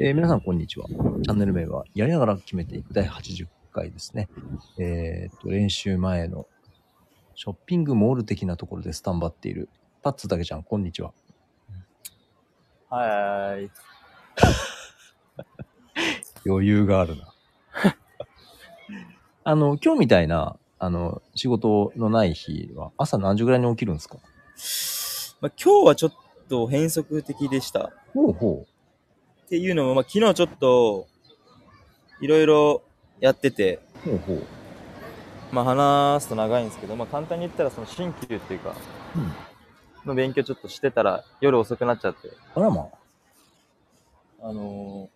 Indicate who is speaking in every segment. Speaker 1: えー皆さん、こんにちは。チャンネル名は、やりながら決めていく第80回ですね。えーっと、練習前のショッピングモール的なところでスタンバっている、パッツだけちゃん、こんにちは。
Speaker 2: はい。
Speaker 1: 余裕があるな。 あの、今日みたいな、あの、仕事のない日は、朝何時ぐらいに起きるんですか
Speaker 2: まあ、今日はちょっと変則的でした。
Speaker 1: ほうほ
Speaker 2: っていうのも、まあ、昨日ちょっと、いろいろやってて、
Speaker 1: う。ほうほう。
Speaker 2: まあ、話すと長いんですけど、まあ、簡単に言ったら、その、新旧っていうか、
Speaker 1: うん
Speaker 2: の勉強ちょっとしてたら、夜遅くなっちゃって、
Speaker 1: あらまあ。
Speaker 2: あの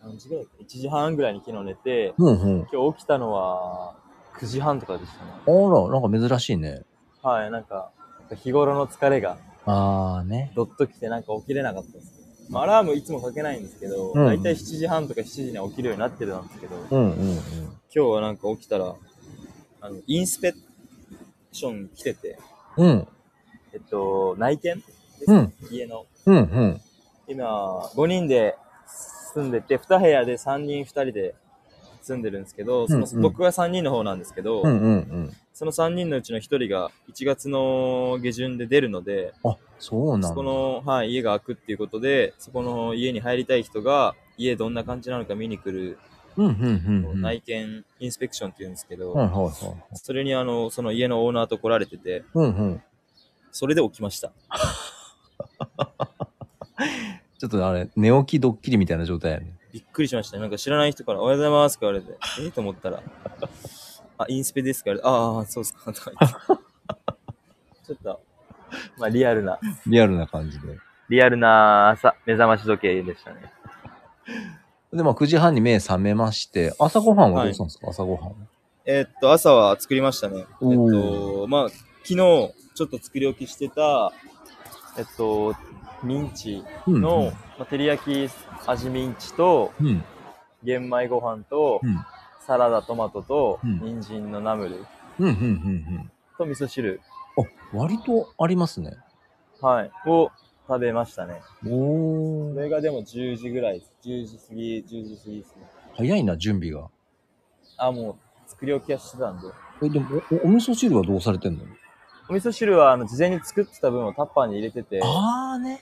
Speaker 2: ー、何時ぐらいか、1時半ぐらいに昨日寝て、
Speaker 1: ほうほ
Speaker 2: 今日起きたのは、9時半とかでしたね。
Speaker 1: う。あら、なんか珍しいね。
Speaker 2: はい、なんか、なんか日頃の疲れが、
Speaker 1: あーね。
Speaker 2: ドッときてなんか起きれなかったんですけど、まあ、アラームいつもかけないんですけど、
Speaker 1: うん
Speaker 2: だいたい7時半とか7時には起きるようになってるんですけど、今
Speaker 1: うんうんうん。
Speaker 2: 日はなんか起きたら、あの、インスペクション来てて、
Speaker 1: うん。
Speaker 2: えっと、内見です、
Speaker 1: うん
Speaker 2: 家の。
Speaker 1: うんうん。
Speaker 2: 今、5人で住んでて、2部屋で3人2人で住んでるんですけど、その、
Speaker 1: うんうん
Speaker 2: 僕は3人の方なんですけど、
Speaker 1: うんうんうん。
Speaker 2: その3人のうちの1人が1月の下旬で出るので、
Speaker 1: あ、そうな
Speaker 2: そこ
Speaker 1: んだ。
Speaker 2: の、はい、家が開くっていうことで、そこの家に入りたい人が、家どんな感じなのか見に来る、
Speaker 1: うんうんうん。
Speaker 2: 内見インスペクションっていうんですけど、
Speaker 1: はいはいはい。
Speaker 2: それにあの、その家のオーナーと来られてて、
Speaker 1: うんうん。
Speaker 2: それで起きました。
Speaker 1: ちょっとあれ、寝起きドッキリみたいな状態やね。
Speaker 2: びっくりしました。なんか知らない人から、おはようございますって言われて、えー、と思ったら、あ、インスペですから、ああ、そうっすか、とか言って。 ちょっと、まあリアルな、
Speaker 1: リアルな感じで。
Speaker 2: リアルな朝、目覚まし時計でしたね。
Speaker 1: で、まあ9時半に目覚めまして、朝ごはんはどうしたんですか、朝ごはんは。
Speaker 2: えーっと、朝は作りましたね。え
Speaker 1: お
Speaker 2: っ
Speaker 1: ー
Speaker 2: と、まあ、昨日、ちょっと作り置きしてた、えっと、ミンチ
Speaker 1: うんうん
Speaker 2: の、まあ、照り焼き味ミンチと、
Speaker 1: うん。
Speaker 2: 玄米ご飯と、
Speaker 1: うん
Speaker 2: サラダトマトと、
Speaker 1: うん
Speaker 2: 人参のナムル
Speaker 1: うんうんうん
Speaker 2: と味噌汁、
Speaker 1: うん。あ、割とありますね。
Speaker 2: はい、を食べましたね。
Speaker 1: お
Speaker 2: そ
Speaker 1: ー。
Speaker 2: れがでも10時ぐらいです。10時過ぎ、10時過ぎですね。
Speaker 1: 早いな、準備が。
Speaker 2: あ、もう、作り置きはしてたんで。
Speaker 1: え、でも、おお味噌汁はどうされてんの
Speaker 2: お味噌汁は、あの、事前に作ってた分をタッパーに入れてて、
Speaker 1: あーね。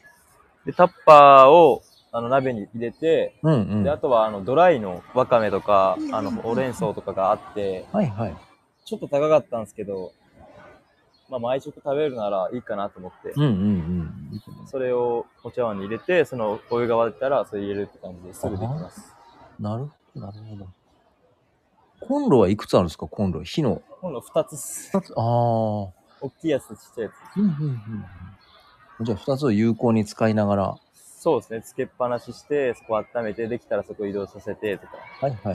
Speaker 2: で、タッパーを、あの、鍋に入れて、
Speaker 1: うんうん。
Speaker 2: で、あ
Speaker 1: は
Speaker 2: とは、あの、ドライのわかめとか
Speaker 1: うんうんう、ん
Speaker 2: あの、ほうれん草とかがあって、
Speaker 1: いはい。
Speaker 2: ちょっと高かったんですけど、まあ、毎食食べるならいいかなと思って、
Speaker 1: うんうんうん。
Speaker 2: それをお茶碗に入れて、その、お湯が沸いたら、それ入れるって感じですぐできます。
Speaker 1: なるほど、なるほど。コンロはいくつあるんですかコンロ。火の。
Speaker 2: 今度2つっす。
Speaker 1: 二つ。ああ。
Speaker 2: 大きいやつとちっちゃいや
Speaker 1: うんうんうんうん。じゃあ、二つを有効に使いながら。は
Speaker 2: つ。そうですね、つけっぱなしして、そこ温めて、できたらそこ移動させて、とか。
Speaker 1: いはいはいは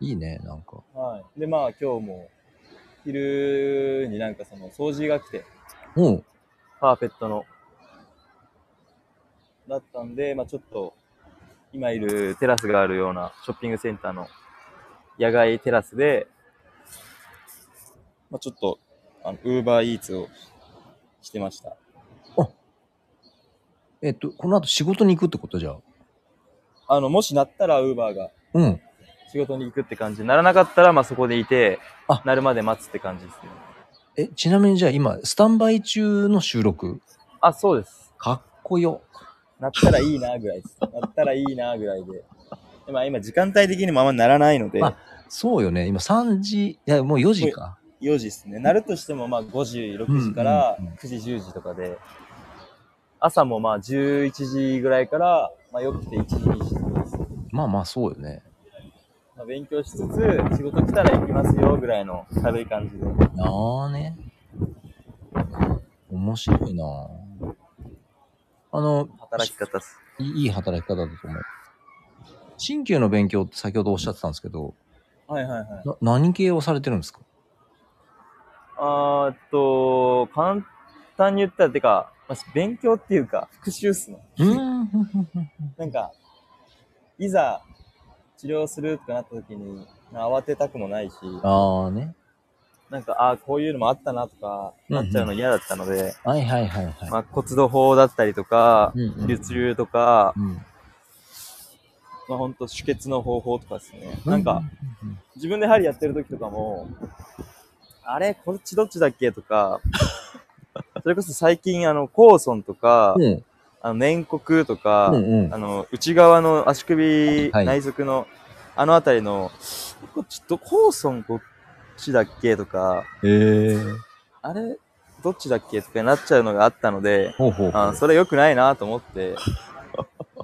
Speaker 1: い。いいね、なんか。
Speaker 2: はい。で、まあ、今日も、昼になんかその、掃除が来て、
Speaker 1: うん。
Speaker 2: パーフェットの。だったんで、まあちょっと、今いるテラスがあるようなショッピングセンターの野外テラスで、まあちょっと、あの、ウーバーイーツをしてました。
Speaker 1: えっと、この後仕事に行くってことじゃあ。
Speaker 2: あの、もしなったらウーバーが
Speaker 1: うん。
Speaker 2: 仕事に行くって感じ。ならなかったら、まあそこでいて
Speaker 1: あ、
Speaker 2: なるまで待つって感じですね。
Speaker 1: え、ちなみにじゃあ今、スタンバイ中の収録。
Speaker 2: あ、そうです。
Speaker 1: かっこよ。
Speaker 2: なったらいいなぐらいです。なったらいいなぐらいで。でまあ今時間帯的にもあんまならないので、
Speaker 1: あそうよね。今3時、いや、もう4時か。
Speaker 2: 4時ですね。なるとしても、まあ5時、6時から9時、10時とかで、朝もまあ11時ぐらいから、まあよくて1時、2時とかです。
Speaker 1: まあまあ、そうよね。
Speaker 2: まあ、勉強しつつ、仕事来たら行きますよぐらいの軽い感じで。
Speaker 1: ああね。面白いなああの、
Speaker 2: 働き方っす。
Speaker 1: いいいい働き方だと思う。新旧の勉強って先ほどおっしゃってたんですけど、
Speaker 2: はいはいはい。
Speaker 1: な何系をされてるんですか
Speaker 2: あーっと、簡単に言ったら、てか、まあ、勉強っていうか、復習っすね。
Speaker 1: うん。
Speaker 2: なんか、いざ治療するとかなった時に、まあ慌てたくもないし、
Speaker 1: ああね。
Speaker 2: なんか、ああ、こういうのもあったなとか、
Speaker 1: うんう
Speaker 2: なんっちゃうの嫌だったので、
Speaker 1: はいはいはいはい。
Speaker 2: まあ、骨土法だったりとか、
Speaker 1: うんうん
Speaker 2: 流通とか、
Speaker 1: うん
Speaker 2: まあ、ほんと、止血の方法とかですね。なんか、、
Speaker 1: ううん
Speaker 2: 自分で針やってる時とかも、あれこっちどっちだっけ とか、それこそ最近、あの、コーソンとか、
Speaker 1: うん
Speaker 2: あの、粘黒とか、
Speaker 1: うんうん
Speaker 2: あの、内側の足首、
Speaker 1: はい
Speaker 2: 内側の、あのあたりの、こっちど、コーソンこっちだっけとか、
Speaker 1: えー、
Speaker 2: あれどっちだっけとかになっちゃうのがあったので、
Speaker 1: ほうほうほう
Speaker 2: あそれ良くないなと思って、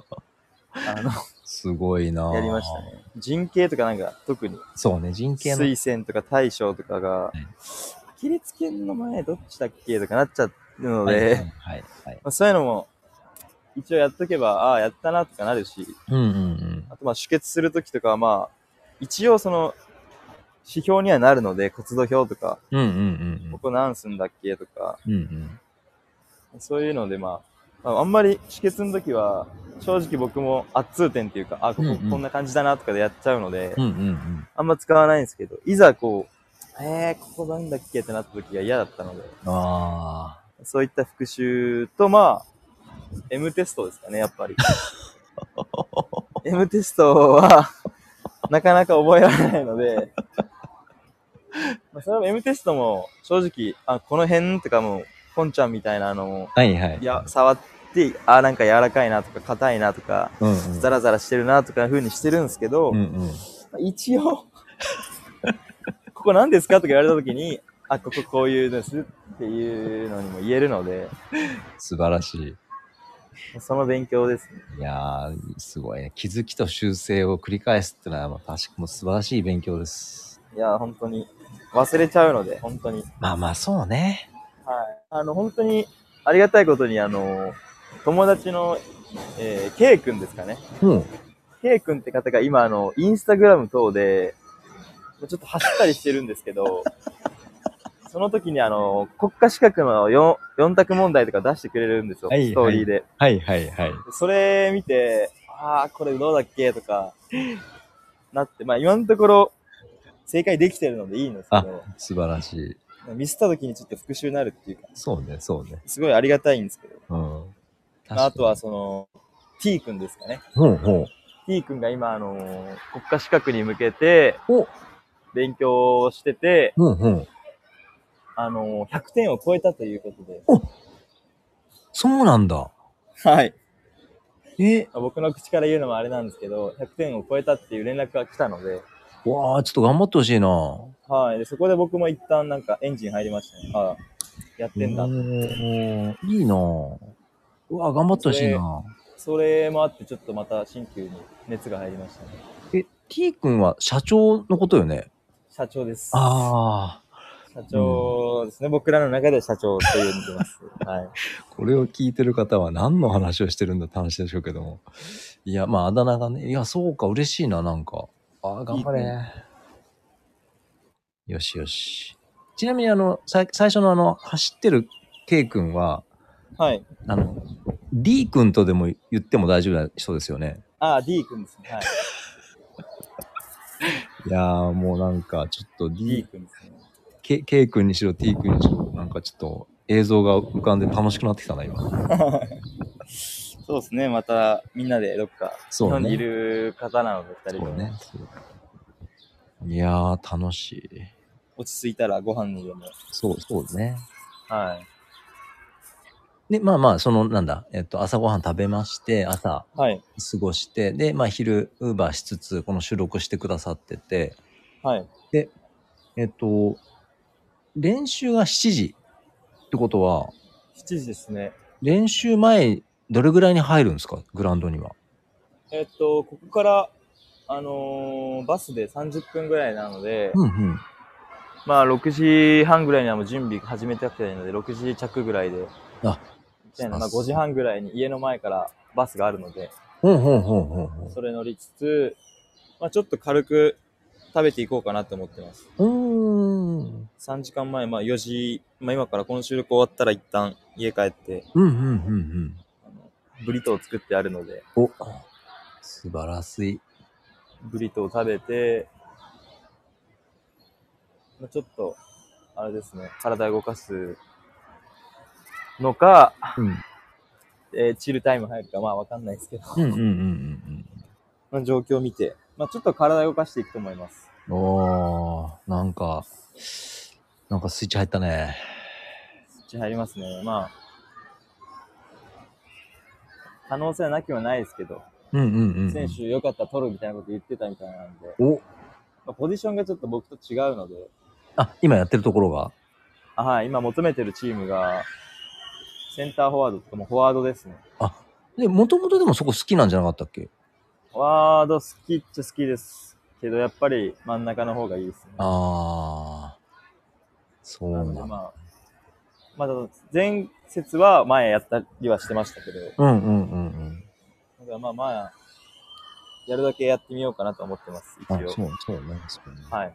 Speaker 2: あの、
Speaker 1: すごいなぁ
Speaker 2: やりましたね。人形とかなんか、特に、
Speaker 1: そうね、人形の。
Speaker 2: 水仙とか大将とかが、
Speaker 1: い
Speaker 2: アキレス腱の前どっちだっけとかなっちゃうので、
Speaker 1: はいは
Speaker 2: ま
Speaker 1: いはいはい。
Speaker 2: あ、そういうのも、一応やっとけば、ああ、やったなとかなるし、
Speaker 1: うんうんうん。
Speaker 2: あとまあ止血するときとかはまあ、一応その、指標にはなるので、骨土表とか、
Speaker 1: うんうん
Speaker 2: ここ何寸だっけとか、
Speaker 1: うんうん。うん
Speaker 2: そういうのでまあ、まあ、あんまり止血のときは、正直僕も圧痛点っていうか、あ、こ
Speaker 1: うんう
Speaker 2: こ
Speaker 1: ん
Speaker 2: こんな感じだなとかでやっちゃうので、
Speaker 1: うん。うんうんうん。
Speaker 2: あんま使わないんですけど、いざこう、えー、ここなんだっけってなったときが嫌だったので、
Speaker 1: あ
Speaker 2: そういった復習と、まあ、M テストですかね、やっ ぱり。M テストは、なかなか覚えられないので、まあ、それは M テストも、正直、あ、この辺とかも、ポンちゃんみたいなあの、
Speaker 1: あ。はいはい。
Speaker 2: いや、触って、あ、なんか柔らかいなとか、硬いなとか、
Speaker 1: うんうん。
Speaker 2: ザラザラしてるなとかいう風にしてるんですけど、
Speaker 1: うんうん。
Speaker 2: 一応、 ここ何ですかとか言われたときに、あ、こここういうですっていうのにも言えるので、
Speaker 1: 素晴らしい。
Speaker 2: その勉強ですね。
Speaker 1: いやー、すごいね。気づきと修正を繰り返すってのは、まあ、確かに素晴らしい勉強です。
Speaker 2: いや、本当に、忘れちゃうので、本当に。
Speaker 1: まあまあ、そうね。
Speaker 2: はい。あの、本当に、ありがたいことに、あの、友達の、えー、K 君ですかね。
Speaker 1: うん。
Speaker 2: K 君って方が今、あの、インスタグラム等で、ちょっと走ったりしてるんです けど、その時に、あの、国家資格の 4, 4択問題とか出してくれるんですよ、
Speaker 1: はい
Speaker 2: ストーリーで。
Speaker 1: はいはいはい。
Speaker 2: それ見て、ああ、これどうだっけとか、なって、まあ今のところ、正解できてるのでいいんですけど、
Speaker 1: 素晴らしい。
Speaker 2: ミスった時にちょっと復習になるっていうか、
Speaker 1: そうね、そうね。
Speaker 2: すごいありがたいんですけど、
Speaker 1: うん。
Speaker 2: まああとは、その、T 君ですかね。
Speaker 1: ほうほ
Speaker 2: T 君が今、あのー国家資格に向けて
Speaker 1: う。お
Speaker 2: 勉強をしてて、
Speaker 1: ほうほう。
Speaker 2: あのー100点を超えたということで、
Speaker 1: そうなんだ。
Speaker 2: はい。
Speaker 1: え、
Speaker 2: 僕の口から言うのもあれなんですけど、100点を超えたっていう連絡が来たので、
Speaker 1: わあ、ちょっと頑張ってほしいな。
Speaker 2: はい。で、そこで僕も一旦なんかエンジン入りましたね。ああ、やってんだ。
Speaker 1: おーいいなぁ。うわ、頑張ってほしいな
Speaker 2: それもあって、ちょっとまた新旧に熱が入りましたね。
Speaker 1: え、T 君は社長のことよね。
Speaker 2: 社長です。
Speaker 1: あ
Speaker 2: 社長ですね。僕らの中で社長って呼んでます。はい。
Speaker 1: あ、これを聞いてる方は何の話をしてるんだって話でしょうけども。いや、まあ、あだ名がね。いや、そうか、嬉しいな、なんか。ああ、頑張
Speaker 2: いい
Speaker 1: れ。よしよし。ちなみに、あの、さい最初のあの、走ってる K 君は、
Speaker 2: はい。
Speaker 1: あの、D 君とでも言っても大丈夫な人ですよね。
Speaker 2: ああ、D 君ですね。はい。
Speaker 1: いやー、もうなんか、ちょっと
Speaker 2: D
Speaker 1: D
Speaker 2: 君ですね。
Speaker 1: K, K 君にしろ T 君にしろなんかちょっと映像が浮かんで楽しくなってきたな今
Speaker 2: そうですね。また、みんなでどっか、日
Speaker 1: そう
Speaker 2: 本にい
Speaker 1: ね
Speaker 2: る方なので、
Speaker 1: そ
Speaker 2: 二人と
Speaker 1: う
Speaker 2: も、
Speaker 1: ねそういやー楽しい
Speaker 2: 落ち着いたらご飯にでも。
Speaker 1: そうそうね
Speaker 2: はい。
Speaker 1: でまあまあそのなんだえっと朝ごはん食べまして朝
Speaker 2: はい。
Speaker 1: 過ごしてでまあ昼ウーバーしつつこの収録してくださってて
Speaker 2: はい。
Speaker 1: えっと練習が7時ってことは
Speaker 2: 7時ですね。
Speaker 1: 練習前どれぐらいに入るんですかグラウンドには
Speaker 2: えっと、ここから、あのーバスで30分ぐらいなので、
Speaker 1: うんうん
Speaker 2: まあ、6時半ぐらいにはもう準備始めてわけじゃないので、6時着ぐらいで、
Speaker 1: あ
Speaker 2: みたいなまあ、
Speaker 1: さす
Speaker 2: 5時半ぐらいに家の前からバスがあるので、
Speaker 1: ほんほんほんほんほん
Speaker 2: それ乗りつつ、まあ、ちょっと軽く食べていこうかなって思ってます。
Speaker 1: うーん
Speaker 2: 3時間前、まあ4時、まあ今からこの収録終わったら一旦家帰って、
Speaker 1: うんうんうんうん。
Speaker 2: あのブリトー作ってあるので、
Speaker 1: お素晴らしい。
Speaker 2: ブリトー食べて、まあ、ちょっとあれですね、体を動かすのか、
Speaker 1: うん。
Speaker 2: えーチルタイム入るか、まあわかんないですけど、
Speaker 1: うんうんうん
Speaker 2: まあ、状況を見て、まあ、ちょっと体を動かしていくと思います。
Speaker 1: うんうん。おー、なんか、なんかスイッチ入ったね。
Speaker 2: スイッチ入りますね。まあ、可能性はなきはないですけど、
Speaker 1: うんうんうんうん。
Speaker 2: 選手よかったら取るみたいなこと言ってたみたいなんで、
Speaker 1: お
Speaker 2: まあ、ポジションがちょっと僕と違うので、
Speaker 1: あ、今やってるところが。
Speaker 2: あはい、今求めてるチームが、センターフォワードともフォワードですね。
Speaker 1: で、もともとでもそこ好きなんじゃなかったっけ
Speaker 2: フォワード好きっちゃ好きですけど、やっぱり真ん中の方がいいですね。
Speaker 1: あー。そう
Speaker 2: な
Speaker 1: な
Speaker 2: の
Speaker 1: ん
Speaker 2: で
Speaker 1: だ。
Speaker 2: まあ、まだ前節は前やったりはしてましたけど、だ
Speaker 1: うんうんうんうん。
Speaker 2: からまあまあ、やるだけやってみようかなと思ってます、一
Speaker 1: あ、
Speaker 2: 応。
Speaker 1: そう、そうね。そうね
Speaker 2: はい。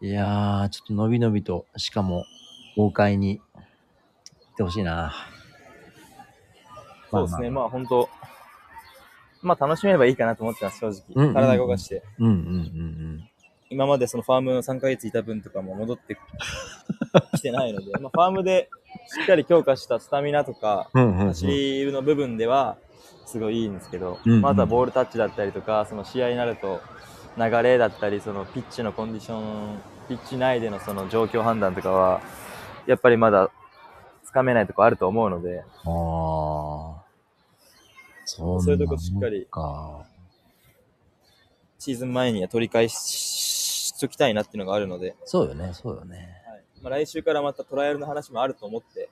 Speaker 1: いやー、ちょっと伸び伸びと、しかも、豪快に、行ってほしいな。
Speaker 2: そうですね、
Speaker 1: ま
Speaker 2: まあ本当、まあ楽しめばいいかなと思ってます、正直。
Speaker 1: うんうんうん
Speaker 2: 体動かして。
Speaker 1: うんうんうん
Speaker 2: 今までそのファームの3ヶ月いた分とかも戻ってきてないので、まあ、ファームでしっかり強化したスタミナとか、
Speaker 1: うん。うんうん、
Speaker 2: 走
Speaker 1: う
Speaker 2: りの部分ではすごいいいんですけど、
Speaker 1: うんうん
Speaker 2: まあ、あとはボールタッチだったりとか、その試合になると流れだったり、そのピッチのコンディション、ピッチ内でのその状況判断とかは、やっぱりまだつかめないとこあると思うので、
Speaker 1: ああ。そう
Speaker 2: そういうとこしっかり
Speaker 1: か。
Speaker 2: シーズン前には取り返ししときたいなっていうのがあるので、
Speaker 1: そうよね、そうよね。
Speaker 2: はいまあ、来週からまたトライアルの話もあると思って、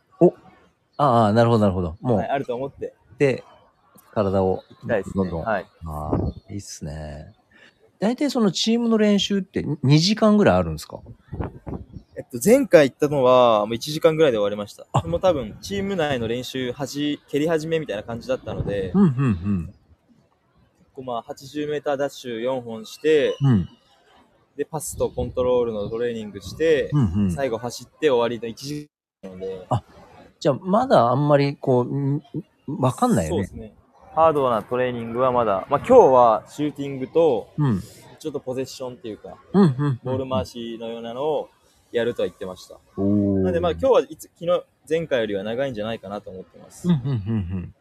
Speaker 1: ああ、なるほど、なるほど。もう、
Speaker 2: はい、あると思って
Speaker 1: で、体を、
Speaker 2: いきたいです
Speaker 1: ど
Speaker 2: ね。
Speaker 1: んどん。
Speaker 2: はい
Speaker 1: ああ、いいっすね。大体そのチームの練習って2時間ぐらいあるんですか
Speaker 2: えっと、前回行ったのは、もう1時間ぐらいで終わりました。もう多分、チーム内の練習、はじ、蹴り始めみたいな感じだったので、
Speaker 1: うん、うん、
Speaker 2: こうまあ、80メーターダッシュ4本して、
Speaker 1: うん。うん、
Speaker 2: で、パスとコントロールのトレーニングして、
Speaker 1: うん、うん。
Speaker 2: 最後走って終わりの1時間なので、
Speaker 1: じゃあ、まだあんまり、こう、んわかんないよ
Speaker 2: そう
Speaker 1: ね
Speaker 2: で。すね。ハードなトレーニングはまだ、まあ、今日はシューティングと、
Speaker 1: うん、
Speaker 2: ちょっとポゼッションっていうか、
Speaker 1: うん、うん。
Speaker 2: ボール回しのようなのをやるとは言ってました。
Speaker 1: おー。
Speaker 2: なので、まあ、今日はいつ、昨日、前回よりは長いんじゃないかなと思ってます。
Speaker 1: うんうんうんうん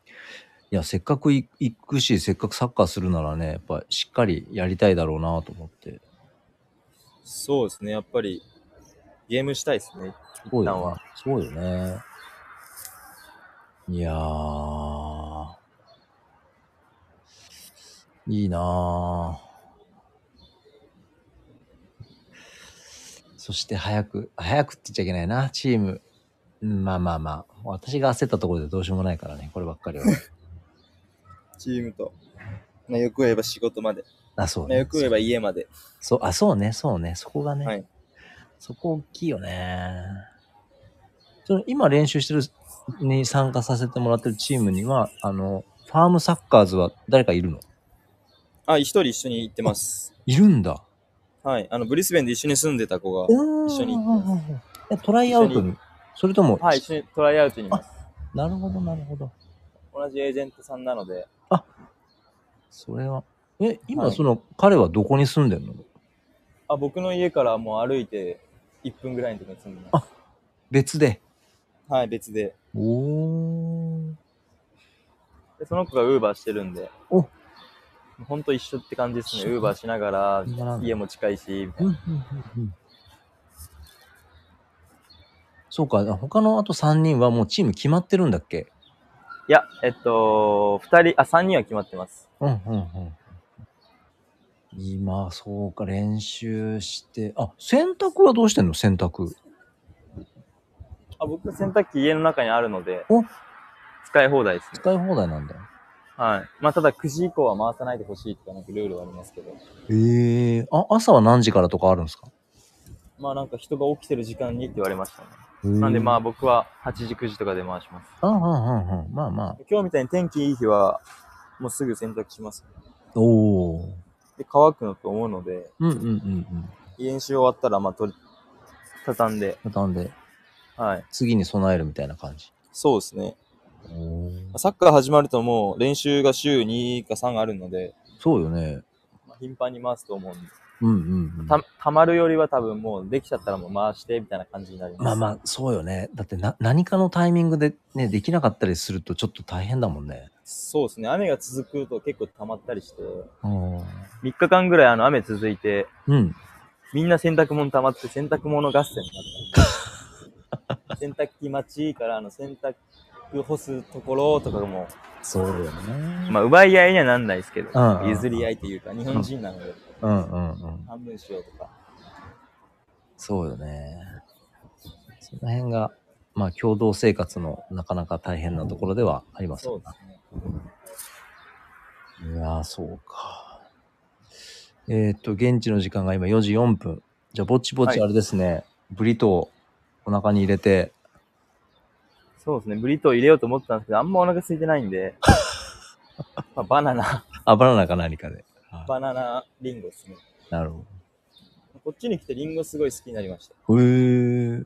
Speaker 1: いや、せっかくい行くし、せっかくサッカーするならね、やっぱしっかりやりたいだろうなと思って。
Speaker 2: そうですね、やっぱりゲームしたいですね、一
Speaker 1: そう
Speaker 2: 旦
Speaker 1: よ
Speaker 2: は
Speaker 1: ね。。そうよね。いやー。いいなー。そして早く、早くって言っちゃいけないな、チーム。うんまあまあまあ。私が焦ったところでどうしようもないからね、こればっかり は。
Speaker 2: チームと、まあ、よく言えば仕事まで、
Speaker 1: あ、そう、
Speaker 2: まあ、
Speaker 1: ね。
Speaker 2: よく言えば家まで。
Speaker 1: そう、あ、そうね、そうね、そこがね。
Speaker 2: はい
Speaker 1: そこ大きいよね。その今練習してるに参加させてもらってるチームには、あの、ファームサッカーズは誰かいるの
Speaker 2: あ、一人一緒に行ってます。
Speaker 1: いるんだ。
Speaker 2: はい、あの、ブリスベンで一緒に住んでた子が、
Speaker 1: 一
Speaker 2: 緒に
Speaker 1: トライアウトに。それとも、
Speaker 2: はい、一緒にトライアウトにいます。
Speaker 1: なるほど、なるほど。
Speaker 2: 同じエージェントさんなので、
Speaker 1: それは。え、
Speaker 2: は
Speaker 1: 今
Speaker 2: い
Speaker 1: その、彼はどこに住んでんの
Speaker 2: あ、僕の家からもう歩いて1分ぐらいのところに住んでます。
Speaker 1: 別で。
Speaker 2: はい、別で。
Speaker 1: おー。
Speaker 2: でその子がウーバーしてるんで、
Speaker 1: お
Speaker 2: ほんと一緒って感じです
Speaker 1: そ
Speaker 2: ね。
Speaker 1: う
Speaker 2: ウーバーしながら
Speaker 1: 一緒なん、だ
Speaker 2: 家も近いし、みた
Speaker 1: う
Speaker 2: い
Speaker 1: んう
Speaker 2: なん
Speaker 1: うんうんそうか、他のあと3人はもうチーム決まってるんだっけ
Speaker 2: いや、えっと、2人、あ、3人は決まってます。
Speaker 1: うんうんうん。今、そうか、練習して。あ、洗濯はどうしてんの洗濯。
Speaker 2: あ、僕、洗濯機家の中にあるので
Speaker 1: お、
Speaker 2: 使い放題ですね。
Speaker 1: 使い放題なんだ。
Speaker 2: はい。まあ、ただ9時以降は回さないでほしいとか、なんかルールはありますけど、
Speaker 1: ええあ、朝は何時からとかあるんですか
Speaker 2: まあ、なんか人が起きてる時間にって言われましたね。なんで、まあ、
Speaker 1: あ。
Speaker 2: 僕は8時、9時とかで回します。
Speaker 1: うんうんうんうん。まあまあ。
Speaker 2: 今日みたいに天気いい日は、もうすぐ洗濯します。
Speaker 1: おお。
Speaker 2: で、乾くのと思うので、
Speaker 1: うんうんうんうん。
Speaker 2: 練習終わったら、まあ、取り、畳んで、
Speaker 1: 畳んで、
Speaker 2: はい。
Speaker 1: 次に備えるみたいな感じ。
Speaker 2: そうですね。
Speaker 1: おー
Speaker 2: サッカー始まるともう練習が週2か3あるので、
Speaker 1: そうよね。
Speaker 2: まあ頻繁に回すと思うんで。
Speaker 1: うんうん、うん。
Speaker 2: た、たまるよりは多分もうできちゃったらもう回して、みたいな感じになります。
Speaker 1: まあまあ、そうよね。だってな、何かのタイミングでね、できなかったりするとちょっと大変だもんね。
Speaker 2: そうですね。雨が続くと結構溜まったりして、
Speaker 1: うん。
Speaker 2: 3日間ぐらいあの雨続いて、
Speaker 1: うん。
Speaker 2: みんな洗濯物溜まって洗濯物合戦にな った。洗濯機待ちからあの洗濯干すところとかも、
Speaker 1: そうよね。
Speaker 2: まあ奪い合いにはなんないですけど
Speaker 1: うん、
Speaker 2: 譲り合いというか、日本人なので
Speaker 1: うんうんうん。
Speaker 2: 半分しようとか。
Speaker 1: そうよね。その辺が、まあ、共同生活のなかなか大変なところではあります
Speaker 2: そうですね。
Speaker 1: いやー、そうか。えーっと、現地の時間が今4時4分。じゃあ、ぼちぼ
Speaker 2: は
Speaker 1: ち
Speaker 2: い
Speaker 1: あれですね、ブリトーをお腹に入れて、
Speaker 2: そうですね。ブリトー入れようと思ってたんですけど、あんまお腹空いてない んで、まあ、バナナ、
Speaker 1: あ、バナナか何かで。
Speaker 2: バナナリンゴですね。
Speaker 1: なるほ
Speaker 2: こっちに来てリンゴすごい好きになりました。
Speaker 1: ど。へえー、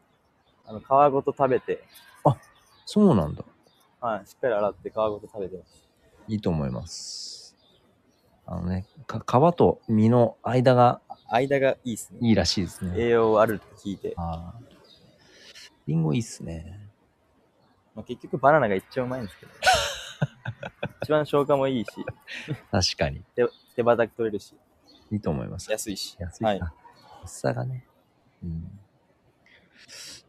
Speaker 2: あの、皮ごと食べて、
Speaker 1: そうなんだ。
Speaker 2: はい、しっかり洗って皮ごと食べてます。
Speaker 1: いいと思います。あのね、か皮と実の間が
Speaker 2: 間がいいですね。
Speaker 1: いいらしいですね。
Speaker 2: 栄養あるって聞いて、
Speaker 1: あーリンゴいいっすね。
Speaker 2: まあ、結局バナナが一番うまいんです けど。一番消化もいいし、
Speaker 1: 確かに。
Speaker 2: 手羽先取れるし、
Speaker 1: いいと思います。
Speaker 2: 安いし。
Speaker 1: 安い
Speaker 2: はい。
Speaker 1: な。薄さがね。うん。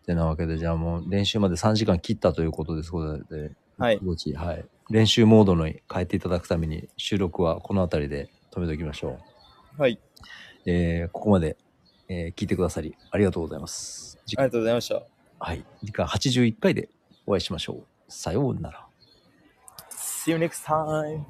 Speaker 1: てなわけで、じゃあもう練習まで3時間切ったということですので、
Speaker 2: はい。
Speaker 1: ぼちはい。練習モードに変えていただくために収録はこの辺りで止めておきましょう。
Speaker 2: はい。
Speaker 1: えーここまで、えー聞いてくださりありがとうございます。次
Speaker 2: あり
Speaker 1: 回
Speaker 2: がとうございました。
Speaker 1: はい。次回81回でお会いしましょう。さようなら。
Speaker 2: See you next time!